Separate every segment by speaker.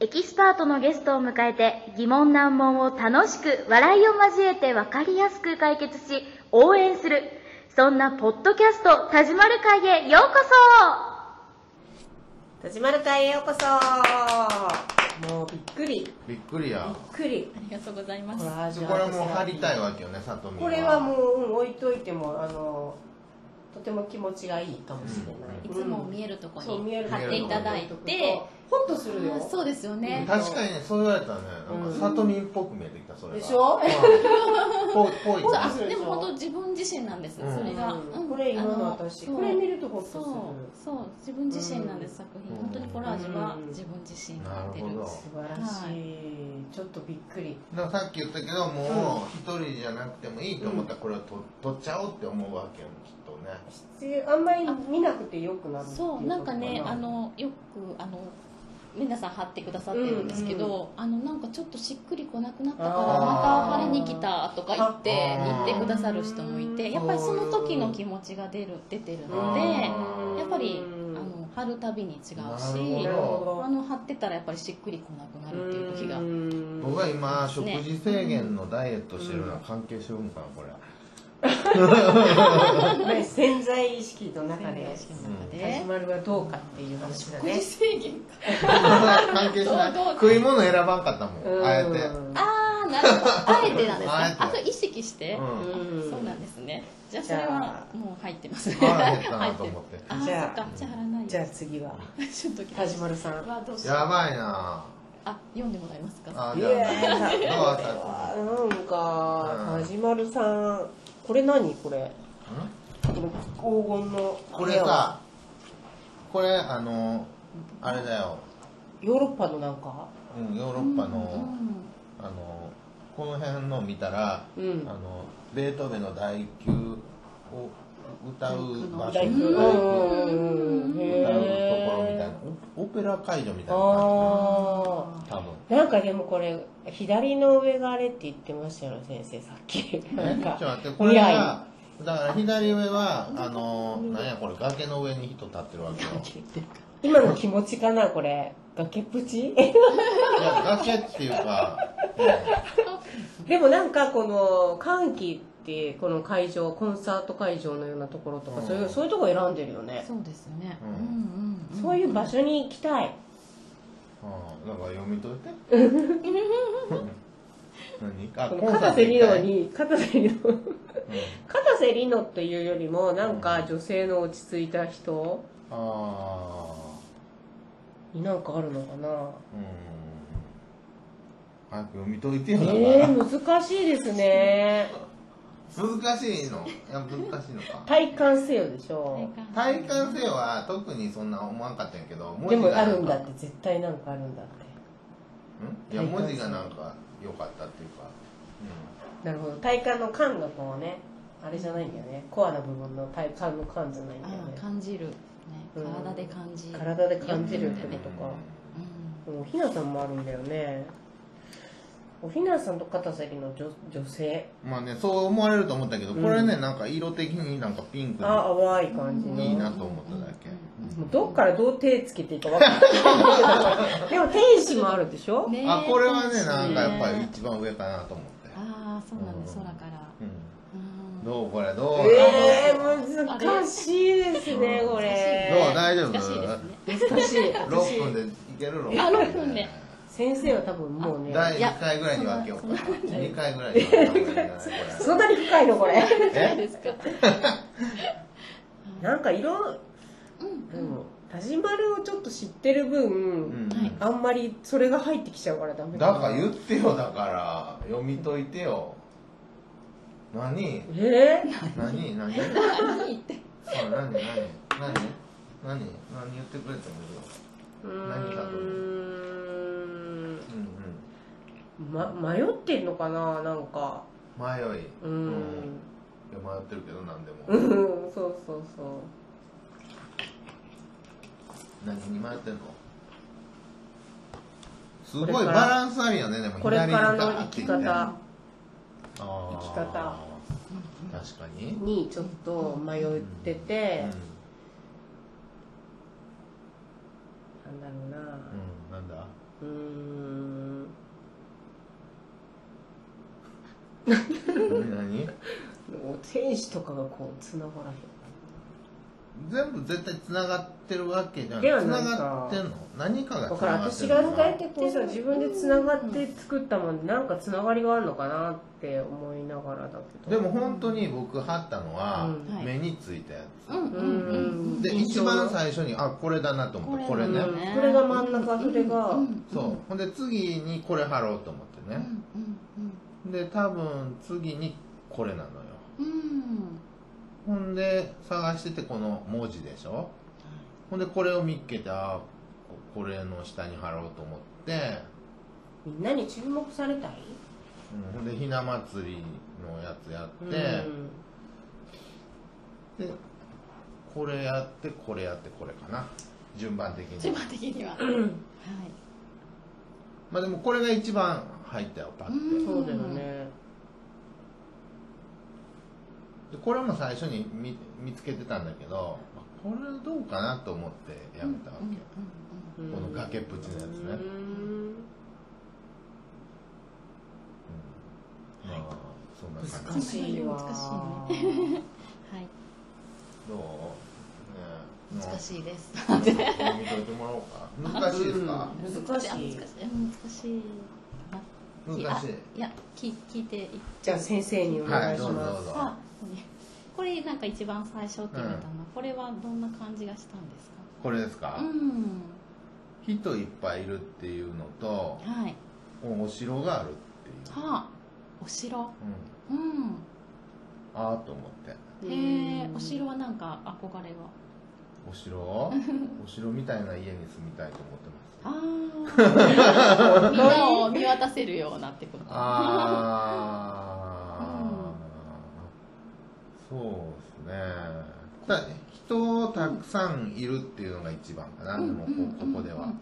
Speaker 1: エキスパートのゲストを迎えて疑問難問を楽しく笑いを交えて分かりやすく解決し応援するそんなポッドキャスト「田島る会」へようこ
Speaker 2: 田島る会へようこそもうびっくりびっ
Speaker 3: びっくりや。
Speaker 2: くり
Speaker 4: ありがとうございます
Speaker 2: ほ。ら
Speaker 3: そ
Speaker 2: じゃあ
Speaker 3: これもう貼りたいわけよね、さとみは。
Speaker 2: これはもう、うん置いといてもあのとても気持ちがいいかもし
Speaker 4: い
Speaker 2: れない、
Speaker 4: つも見
Speaker 2: え
Speaker 4: えるとこ
Speaker 2: そう
Speaker 4: ろ
Speaker 2: 見
Speaker 4: に
Speaker 2: える
Speaker 4: 貼っていただいて、
Speaker 2: ホッとするよ
Speaker 4: あそうですよね。
Speaker 3: 確かにね、そう言われたらね、なん
Speaker 2: うん
Speaker 3: かさとみっぽく見えてきた、それが。
Speaker 2: でしょ
Speaker 3: うんぽぽい
Speaker 2: そう
Speaker 4: あ
Speaker 3: な。
Speaker 4: でも本当自分自身なんです。
Speaker 3: うん
Speaker 4: それが、
Speaker 2: うん
Speaker 4: うん
Speaker 2: これ今
Speaker 4: あ
Speaker 2: の私
Speaker 4: そう
Speaker 2: これ見るとホッとす
Speaker 4: そ
Speaker 2: る
Speaker 4: うそう自分自身なんです、作品
Speaker 3: うん
Speaker 4: 本当にコラージュは
Speaker 2: うん
Speaker 4: 自分自身
Speaker 3: な
Speaker 4: が出
Speaker 3: る
Speaker 4: る。
Speaker 3: ほど。
Speaker 2: 素晴らしい、ちょっとびっくり
Speaker 3: でもさっき言ったけど、もう一人じゃなくてもいいと思ったら、これをと取っちゃおうって思うわけよ、きっとね。
Speaker 2: であんまり見なくてよくなるってい
Speaker 4: そう
Speaker 2: こと
Speaker 4: なんかね
Speaker 3: うん
Speaker 4: あのよくあの皆さん貼ってくださってるんですけど、あのなんかちょっとしっくりこなくなったから
Speaker 3: あー
Speaker 4: また貼りに来たとか言って言
Speaker 3: あー
Speaker 4: ってくださる人もいてやっぱりその時の気持ちが出る出てるので。
Speaker 3: うん
Speaker 4: やっぱり
Speaker 2: うん
Speaker 4: あの貼るたびに違うし
Speaker 3: なるほ
Speaker 4: あの貼ってたらやっぱりしっくりこなくなるっていう時が
Speaker 2: うん
Speaker 3: 僕は今、食事制限のダイエットしてるのは関係してるんかな、これ。
Speaker 2: ね潜在意識の中
Speaker 4: 潜
Speaker 2: で
Speaker 4: 在意識の中で
Speaker 2: 始まるはどうかっていう話だ
Speaker 4: 食事
Speaker 2: ね
Speaker 4: 制限か
Speaker 3: 関係しない。
Speaker 4: どうどう
Speaker 3: 食い物選ばんかったも
Speaker 2: うん
Speaker 3: ん、あえて。
Speaker 4: ああなるほどあえてなんですね
Speaker 3: あえて
Speaker 4: あそれ意識して、
Speaker 3: うん
Speaker 2: うん
Speaker 4: そうなんですねじゃあ
Speaker 2: じ
Speaker 4: そ
Speaker 2: ゃ
Speaker 4: れ
Speaker 2: あ
Speaker 4: はもう入ってますね
Speaker 3: 腹減ったなと思って。
Speaker 4: ああそ
Speaker 2: じ
Speaker 4: っ
Speaker 2: ゃあ
Speaker 4: かじゃあ貼らない
Speaker 2: じゃあ
Speaker 4: で
Speaker 2: 次は
Speaker 4: すちょっとドキド
Speaker 2: 田
Speaker 4: キ
Speaker 2: 島さん
Speaker 4: うわどうしよう
Speaker 3: やばいな
Speaker 4: あ読んでもらえますか
Speaker 3: あ
Speaker 2: い
Speaker 3: じ
Speaker 2: や
Speaker 3: ゃ
Speaker 2: いや
Speaker 3: あ、どうだった
Speaker 2: なんか
Speaker 3: うん
Speaker 2: 田島さんこれ何これこの黄金の
Speaker 3: これさこれあのあれだよ、
Speaker 2: ヨーロッパのなんか
Speaker 3: うん、ヨーロッパ
Speaker 4: う
Speaker 3: の、
Speaker 4: ん
Speaker 3: あのこの辺の見たら、
Speaker 2: うん
Speaker 3: あのベートーベンの第九を歌う場所
Speaker 2: 大工
Speaker 3: 歌う
Speaker 2: うん
Speaker 3: ところみ
Speaker 2: へ
Speaker 3: たい
Speaker 2: え
Speaker 3: なオオペラ会場みたいな感
Speaker 2: あ
Speaker 3: じ多分
Speaker 2: あなんかでもこれ左の上があれって言ってましたよね先生さっきなん
Speaker 3: えちょ
Speaker 2: か
Speaker 3: っと待ってこれがだから左上はあのなんやこれ崖の上に人立ってるわけよ
Speaker 2: 今の気持ちかなこれ崖っぷち
Speaker 3: いや崖っていうか、
Speaker 2: でもなんかこの歓喜ってこの会場コンサート会場のようなところとか、
Speaker 3: うん
Speaker 2: そういうそういうとこ選んでるよね
Speaker 4: そうですよね、
Speaker 3: う
Speaker 4: うんんうんうん、
Speaker 2: そういう場所に行きたい
Speaker 3: うん、なんか読みといて 何か
Speaker 2: この片瀬里乃
Speaker 3: うん
Speaker 2: に片瀬里乃片瀬里乃っていうよりもなんか女性の落ち着いた人
Speaker 3: あ
Speaker 2: になんかあるのかな
Speaker 3: あうん早く読みといてよだから、
Speaker 2: えー、難しいですね
Speaker 3: 難しいのいや難しいのか
Speaker 2: 体感せよでしょ
Speaker 3: 体感性は特にそんな思わんかったんやけど文
Speaker 2: で
Speaker 3: 字
Speaker 2: も
Speaker 3: が
Speaker 2: あ
Speaker 3: な
Speaker 2: るん
Speaker 3: か
Speaker 2: だって絶対なんかあるんだって
Speaker 3: うんいや
Speaker 2: 体感性
Speaker 3: 文字がなんか良かったっていうか、
Speaker 2: なるほど体幹の感がこうねあれじゃないんだよねコアな部分の体幹の感じゃないんだよね
Speaker 4: あ感じる、ね、
Speaker 2: うん
Speaker 4: 体で感じる、
Speaker 2: 体で感じるって
Speaker 3: うん、
Speaker 2: ことか
Speaker 4: うん
Speaker 2: おひなさんもあるんだよねおひなさんと片崎の女女性
Speaker 3: まあねそう思われると思ったけどこれね、なんか色的になんかピンクに
Speaker 2: あ淡い感じの
Speaker 3: いいなと思っただけ、
Speaker 2: もうどっからどう手つけていいか分から ないでも天使もあるでしょ、
Speaker 4: ねえ
Speaker 3: あこれはね
Speaker 4: そうです
Speaker 3: なんかやっぱり一番上かなと思って、
Speaker 4: ああそうなの、
Speaker 3: うん
Speaker 4: 空から、
Speaker 3: うん、
Speaker 4: う
Speaker 3: ど
Speaker 4: ん
Speaker 3: うこれどう、
Speaker 2: えー、難しいですね
Speaker 3: うん
Speaker 2: こ
Speaker 3: どう
Speaker 2: れ
Speaker 3: 大丈夫
Speaker 4: 難しいですね
Speaker 2: 難しい
Speaker 3: 6分でいける
Speaker 4: あ
Speaker 3: 6
Speaker 4: 6分で
Speaker 2: 先生は多分もうね
Speaker 3: 第
Speaker 4: いや
Speaker 3: 2回ぐらいに分けようかな
Speaker 4: そんなそんな
Speaker 3: 2回ぐらいに分けようか なこれ
Speaker 2: そんなに深いのこれ
Speaker 4: そう
Speaker 3: え
Speaker 4: ですか
Speaker 2: なんか色でも田島るをちょっと知ってる分、
Speaker 3: うん
Speaker 4: はい
Speaker 2: あんまりそれが入ってきちゃうからダメ
Speaker 3: だから言
Speaker 2: う
Speaker 3: ってよだから読みといてよ何
Speaker 2: えー、
Speaker 3: 何何何
Speaker 4: 何言って
Speaker 3: 何何何何何言ってくれてもいいよ
Speaker 2: う
Speaker 3: 何かと
Speaker 2: ーん
Speaker 3: うんうん
Speaker 2: ま迷ってんのかななんか
Speaker 3: 迷い
Speaker 2: うんん
Speaker 3: いや迷ってるけど何でも
Speaker 2: うん そうそうそう
Speaker 3: 何に迷ってんのすごいバランスあるよねでも
Speaker 2: これからの
Speaker 3: 左にガー
Speaker 2: 生
Speaker 3: って
Speaker 2: き
Speaker 3: いってね
Speaker 2: 方
Speaker 3: 生
Speaker 2: き方
Speaker 3: 確かに、
Speaker 2: にちょっと迷ってて、なんだろうな
Speaker 3: うん、なんだ
Speaker 2: うん
Speaker 3: 何
Speaker 2: もう天使とかがこう繋がら
Speaker 3: 全部絶対繋がってるわけじゃん
Speaker 2: で
Speaker 3: 繋
Speaker 2: はなんか
Speaker 3: がってんの何か
Speaker 2: へんだ
Speaker 3: が繋
Speaker 2: から
Speaker 3: がって
Speaker 2: 私
Speaker 3: る
Speaker 2: が
Speaker 3: の
Speaker 2: 考
Speaker 3: かな
Speaker 2: えてこうさ自分で繋がって作ったもんでなんか繋がりがあるのかなって思いながらだけ
Speaker 3: で
Speaker 2: ど
Speaker 3: も本当に僕貼ったのは、
Speaker 2: うん
Speaker 4: はい
Speaker 3: 目についたやつ
Speaker 4: うんうんうん
Speaker 3: で
Speaker 2: 印
Speaker 3: 一
Speaker 2: 象の
Speaker 3: 番最初にあこれだなと思ってこ
Speaker 4: こ
Speaker 3: れ
Speaker 4: れ
Speaker 3: ね
Speaker 4: だ
Speaker 2: うんこれが真ん中それが、
Speaker 4: うんうん
Speaker 3: そうほんで次にこれ貼ろうと思って
Speaker 4: うん
Speaker 3: ね
Speaker 4: う
Speaker 3: で多分次にこれなのよ
Speaker 4: んうん
Speaker 3: ほんで探しててこの文字でしょほんでこれを見っけてあここれの下に貼ろうと思って、
Speaker 2: みんなに注目されたい
Speaker 3: うん、ほんでひな祭りのやつやって、
Speaker 2: うん
Speaker 3: でこれやってこれやってこれかな順番的
Speaker 4: 一
Speaker 3: に
Speaker 4: 番的にははい
Speaker 3: まあでもこれが一番入ったよパッて、
Speaker 4: うん
Speaker 2: そうだよね
Speaker 3: でこれも最初に見見つけてたんだけどあこれどうかなと思ってやめたわけ、
Speaker 2: うん
Speaker 3: この崖っぷちのやつね、うん
Speaker 2: うん
Speaker 3: まあそんな感
Speaker 2: 難
Speaker 3: じ
Speaker 2: しいわ
Speaker 4: 難
Speaker 2: しいね
Speaker 4: はい
Speaker 3: どう、ね
Speaker 4: 難しいです
Speaker 3: い読み解いてもらおうか難しいですか、
Speaker 2: 難しい
Speaker 4: あ難しいうん難しいかな
Speaker 3: 難しい
Speaker 4: あいや聞聞いてい
Speaker 2: じゃあ先生にお願いし
Speaker 3: はいどうぞ
Speaker 2: ま
Speaker 3: どう
Speaker 2: す
Speaker 3: ぞ
Speaker 4: さこれなんか一番最初って言われたの、これはどんな感じがしたんですか
Speaker 3: これですか、
Speaker 4: うん
Speaker 3: 人いっぱいいるっていうのと
Speaker 4: はい
Speaker 3: お城があるっていう、
Speaker 4: はあお城
Speaker 3: うん
Speaker 4: うん
Speaker 3: ああと思って
Speaker 4: へえお城はなんか憧れが
Speaker 3: お 城お城みたいな家に住みたいと思ってます
Speaker 4: ああ みんなを見渡せるようなってこと
Speaker 3: ああ、そうですねただ人たくさんいるっていうのが一番かな、
Speaker 4: うん
Speaker 3: でも
Speaker 4: うん
Speaker 3: こここでは、
Speaker 4: うんうん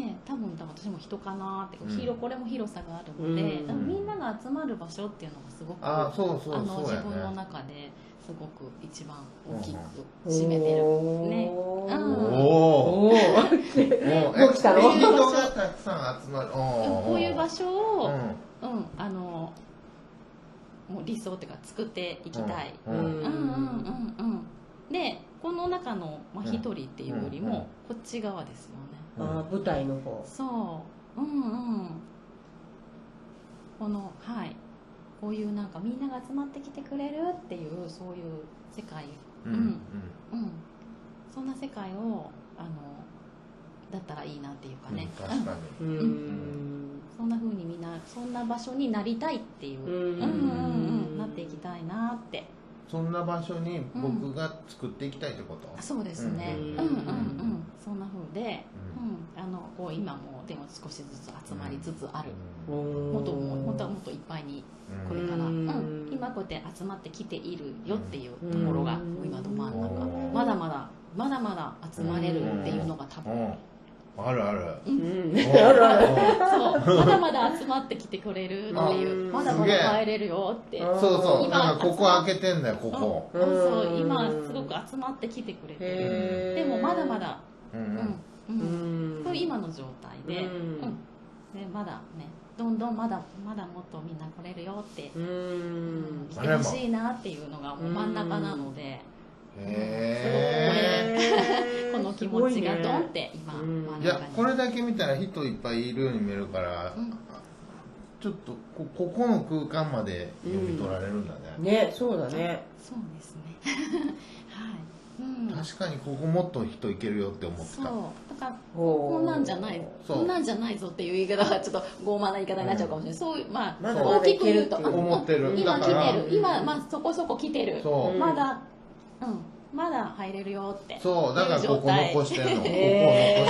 Speaker 4: ねえ多分だから私も人かなってこう
Speaker 3: うん
Speaker 4: 広これも広さがあるので、
Speaker 2: うん
Speaker 4: だからみんなが集まる場所っていうのがすごく
Speaker 3: ああそうそう
Speaker 4: あの
Speaker 3: そう
Speaker 4: 自
Speaker 3: や
Speaker 4: 分の
Speaker 3: ね
Speaker 4: 中ですごく一番大きく占めてる、ね
Speaker 2: お
Speaker 4: う
Speaker 3: お
Speaker 4: ん
Speaker 2: ー
Speaker 3: お
Speaker 2: おー
Speaker 3: ー
Speaker 2: もう来たの
Speaker 3: え人がたくさん集まるおー
Speaker 4: うんこういう場所
Speaker 3: う
Speaker 4: を、うん
Speaker 3: ん
Speaker 4: あのもう理想っていうか作っていきたい、
Speaker 3: うん
Speaker 4: うん、うんうんうんでこの中のまあ一人っていうよりも、こっち側ですよね
Speaker 2: あー舞台の方
Speaker 4: そううんうんこのはいこういうなんかみんなが集まってきてくれるっていうそういう世界
Speaker 3: うんうん
Speaker 4: うんそんな世界をあのだったらいいなっていうか
Speaker 3: うん
Speaker 4: ね、
Speaker 3: 確かに、
Speaker 2: うーん
Speaker 4: そんな風にみんなそんな場所になりたいっていう、
Speaker 2: う
Speaker 4: うん
Speaker 2: ん
Speaker 4: うんうんなっていきたいなって
Speaker 3: そんな場所に僕が作っていきたいってこと、
Speaker 4: あそうですね、
Speaker 3: う
Speaker 4: うんん、うんうんそんな風で、うんあのこう今もでも少しずつ集まりつつある、
Speaker 3: うん
Speaker 4: もっともう本当はもっといっぱいにこれから、
Speaker 2: う
Speaker 4: うんん今こうやって集まってきているよっていうところが、
Speaker 2: うん
Speaker 4: もう今ど真ん中、
Speaker 3: うん
Speaker 4: まだまだまだまだ集まれるっていうのが多分、
Speaker 3: うんあるある
Speaker 2: うん
Speaker 3: あるあ
Speaker 4: そうまだまだ集まってきてくれるって
Speaker 2: う
Speaker 4: い
Speaker 2: ん
Speaker 4: うまだます
Speaker 3: げ
Speaker 4: だ
Speaker 3: え
Speaker 4: 帰れるよって
Speaker 2: うん
Speaker 3: そうそう
Speaker 4: 今
Speaker 3: なんかここ開けてんだよここ
Speaker 4: うんそう
Speaker 2: うん
Speaker 4: 今すごく集まってきてくれてる
Speaker 2: へー
Speaker 4: でもまだまだ、
Speaker 3: うんう
Speaker 4: うん
Speaker 3: ん
Speaker 2: う
Speaker 4: うん
Speaker 2: ん
Speaker 4: そういう今の状態で,、
Speaker 2: う
Speaker 4: うんんでまだねどんどんまだまだもっとみんな来れるよって、
Speaker 2: う
Speaker 4: うん
Speaker 2: ん
Speaker 4: 来てほしいなっていうのがもう真ん中なので、
Speaker 3: へ
Speaker 2: へー
Speaker 4: この気持ちがドンって今
Speaker 2: すご
Speaker 4: 真
Speaker 2: いね
Speaker 4: ん
Speaker 2: う
Speaker 4: 中
Speaker 3: え
Speaker 4: に
Speaker 3: いやこれだけ見たら人いっぱいいるように見えるから
Speaker 4: うん
Speaker 3: ちょっとこここの空間まで読み取られるんだね
Speaker 2: ねそうだね
Speaker 4: そうですねはい、うん、
Speaker 3: 確かにここもっと人いけるよって思って
Speaker 4: そ
Speaker 3: た
Speaker 4: うだから
Speaker 2: こ
Speaker 4: こんなんじゃない
Speaker 3: そう
Speaker 4: こんなんじゃないぞっていう言い方はちょっと傲慢な言い方になっちゃうかもしれない、そういうまあ
Speaker 2: ま
Speaker 3: だまだ
Speaker 4: 大きく言う
Speaker 2: い
Speaker 4: と
Speaker 2: けるっていう
Speaker 4: うん
Speaker 3: 思ってる
Speaker 4: 今
Speaker 3: だ
Speaker 4: 来
Speaker 3: から
Speaker 4: てる今、まあ、そこそこ来てる
Speaker 3: そううん
Speaker 4: まだうんまだ入れるよって
Speaker 3: そうだからここ残して んのここを残してんの
Speaker 2: へ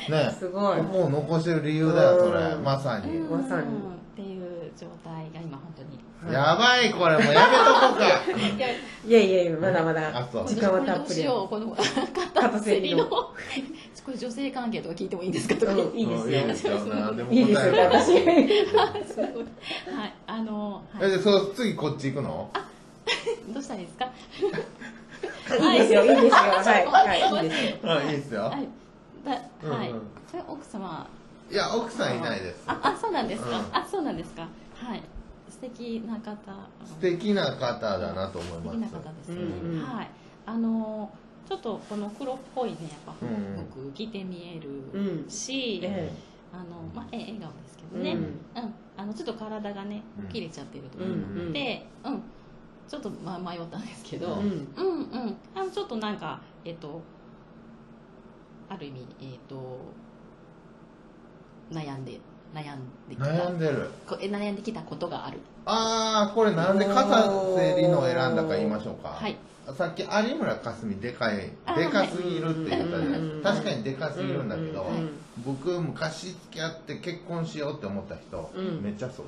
Speaker 3: ね
Speaker 2: ーすごい
Speaker 3: ここを残してる理由だよそれ
Speaker 2: うん
Speaker 3: まさに
Speaker 4: うん
Speaker 2: まさに
Speaker 4: っていう状態が今本当に
Speaker 3: やばいこれもうやめとこうか
Speaker 4: いや
Speaker 2: いやいやいやまだまだ
Speaker 3: あそう
Speaker 2: 時間はたっ
Speaker 4: こ
Speaker 2: ぷり
Speaker 4: れどうしようこの
Speaker 2: 片
Speaker 4: 片
Speaker 2: 瀬里
Speaker 4: 瀬里
Speaker 2: の
Speaker 4: のこれ女性関係とか聞いてもいいんですかとか
Speaker 2: うん いいですよ
Speaker 3: うんいいですよ何でも答え
Speaker 2: いいですよ
Speaker 3: るから
Speaker 2: 私
Speaker 4: すごいはいあの、は
Speaker 3: え
Speaker 4: い、
Speaker 3: でそう次こっち行くの
Speaker 4: どうしたらいいですか
Speaker 2: いいですよいいですよはいはいいいですよ
Speaker 3: あいいですよ、
Speaker 4: はいだはい、
Speaker 3: うんうん
Speaker 4: それ奥様
Speaker 3: い、や奥さんいないです
Speaker 4: ああそうなんですか、
Speaker 3: うん
Speaker 4: あそうなんですかはい素敵な方
Speaker 3: 素敵な方だなと思い
Speaker 4: 素
Speaker 3: ま
Speaker 4: 敵
Speaker 3: す
Speaker 4: な方ですよね、
Speaker 2: うんうん
Speaker 4: はいあのちょっとこの黒っぽいねやっぱ
Speaker 3: うん
Speaker 4: 服着て見え
Speaker 2: う
Speaker 4: る
Speaker 2: ん
Speaker 4: し、
Speaker 2: え
Speaker 4: あのまあ、ええ笑顔ですけどね、
Speaker 2: う
Speaker 4: うんんあのちょっと体がね
Speaker 3: うん
Speaker 4: 切れちゃってると
Speaker 2: う
Speaker 4: 思
Speaker 2: ん
Speaker 4: う
Speaker 2: うん
Speaker 4: ので、うんちょっと、まあ、迷ったんですけど、
Speaker 3: う
Speaker 2: うん
Speaker 4: うんうんあのちょっとなんかえっ、とある意味えっ、と悩んで悩んできた
Speaker 3: 悩んでる
Speaker 4: こえ悩んできたことがある
Speaker 3: ああこれなんで傘せりのを選んだか言いましょうか
Speaker 4: はい
Speaker 3: さっき有村架純でかい
Speaker 4: あー
Speaker 3: でかすぎるって言ったじゃないですか
Speaker 2: はい
Speaker 3: 確かにでかすぎるんだけど、
Speaker 2: うんうん
Speaker 3: 僕昔付き合って結婚しようって思った人、
Speaker 2: うん
Speaker 3: めっちゃそっ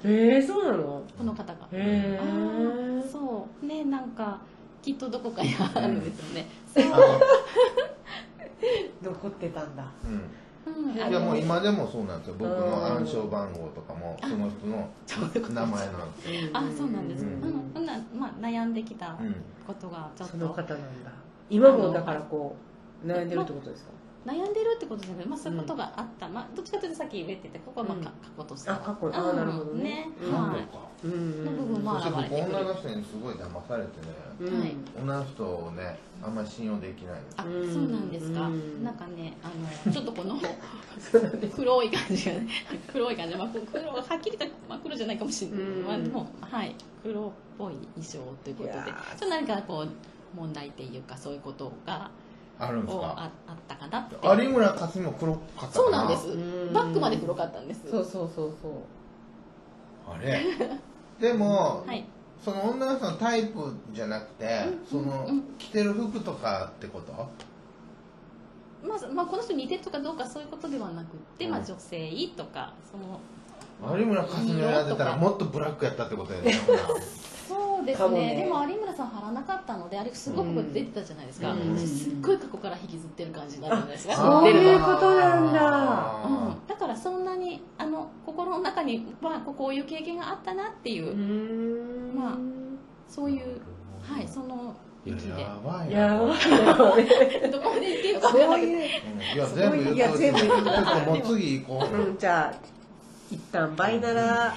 Speaker 3: くりやね
Speaker 2: えー、そうなの
Speaker 4: この方が
Speaker 2: へ
Speaker 4: あ
Speaker 2: ー
Speaker 4: ーそうねなんかきっとどこかにあるんですよね、
Speaker 3: あ
Speaker 4: そう、
Speaker 2: 残ってたんだ
Speaker 4: うん、
Speaker 3: の
Speaker 4: あ
Speaker 3: うん、いや
Speaker 4: の
Speaker 3: もう今でもそうなんですよ僕の暗証番号とかもその人の
Speaker 4: そういうこと
Speaker 3: 名前なんですよ、
Speaker 4: あそうなんです、
Speaker 3: う
Speaker 4: うんんそんなまあ、悩んできた
Speaker 3: うん、
Speaker 4: ことがちょっ
Speaker 2: その
Speaker 4: と
Speaker 2: 方なんだ今もだからこう悩んでるってことですか
Speaker 4: 悩んでるってことじゃなくて、まあ、そういうことがあった、まあ、どっちかというとさっき言えててここはまあ、
Speaker 2: うん
Speaker 4: か過去としては
Speaker 2: あ過去あーなるほどねうん
Speaker 3: 何
Speaker 4: は
Speaker 3: 度
Speaker 4: い
Speaker 3: か、
Speaker 2: うんうん
Speaker 4: の部分も
Speaker 3: そして
Speaker 4: 現
Speaker 3: 僕
Speaker 4: れてく
Speaker 3: 女
Speaker 4: る
Speaker 3: の人にすごい騙されてね
Speaker 2: うん
Speaker 4: はい
Speaker 3: 女の人をねあんまり信用できないです
Speaker 4: あ
Speaker 2: うん
Speaker 4: そうなんですか、
Speaker 2: うん
Speaker 4: なんかねあのちょっとこの黒い感じがね黒い感じ、まあ、こう黒がはっきりと、まあ、黒じゃないかもしれない、
Speaker 2: うん
Speaker 4: まあ、でもはい黒っぽい衣装ということ
Speaker 2: い
Speaker 4: で
Speaker 2: や
Speaker 4: ちょ
Speaker 2: ー
Speaker 4: っと何かこう問題っていうかそういうことが
Speaker 3: あるんです
Speaker 4: こう
Speaker 3: か
Speaker 4: ああったかなって
Speaker 3: 有村架純も黒かったな
Speaker 4: そうなんです
Speaker 2: うん
Speaker 4: バックまで黒かったんです
Speaker 2: そうそうそうそう
Speaker 3: あれ でも、
Speaker 4: はい
Speaker 3: その女の人のタイプじゃなくて、その
Speaker 4: うん
Speaker 3: 着てる服とかってこと
Speaker 4: まず、まあ、この人似てるとかどうかそういうことではなくって、まあ、
Speaker 3: うん
Speaker 4: 女性とかその
Speaker 3: 有村架純を選んでたらもっとブラックやったってことやね
Speaker 4: そうです
Speaker 2: か
Speaker 4: ね
Speaker 2: もね
Speaker 4: でも有村さん貼らなかったのであれすごく出てたじゃないですか、
Speaker 3: うん
Speaker 4: すっごい過去から引きずってる感じになるじゃないですか
Speaker 2: あそう
Speaker 4: 知ってる
Speaker 2: いうことなんだ
Speaker 3: あ
Speaker 4: う
Speaker 3: ー
Speaker 4: ん、だからそんなにあの心の中にはこうこういう経験があったなっていう、
Speaker 2: ん
Speaker 4: まあそうい
Speaker 3: なる
Speaker 4: う、
Speaker 3: ほど
Speaker 4: はい、その
Speaker 3: い
Speaker 4: 域
Speaker 3: や
Speaker 4: で
Speaker 3: やばいな
Speaker 2: やば
Speaker 3: これ
Speaker 2: いよね
Speaker 4: どこまで行っていいのか分から
Speaker 2: そ
Speaker 4: な
Speaker 2: うい
Speaker 4: い
Speaker 2: う
Speaker 3: うんいや全部言うと
Speaker 2: いや全部
Speaker 3: ちょっともう次行こうよ
Speaker 2: うん、じゃあ一旦バイなら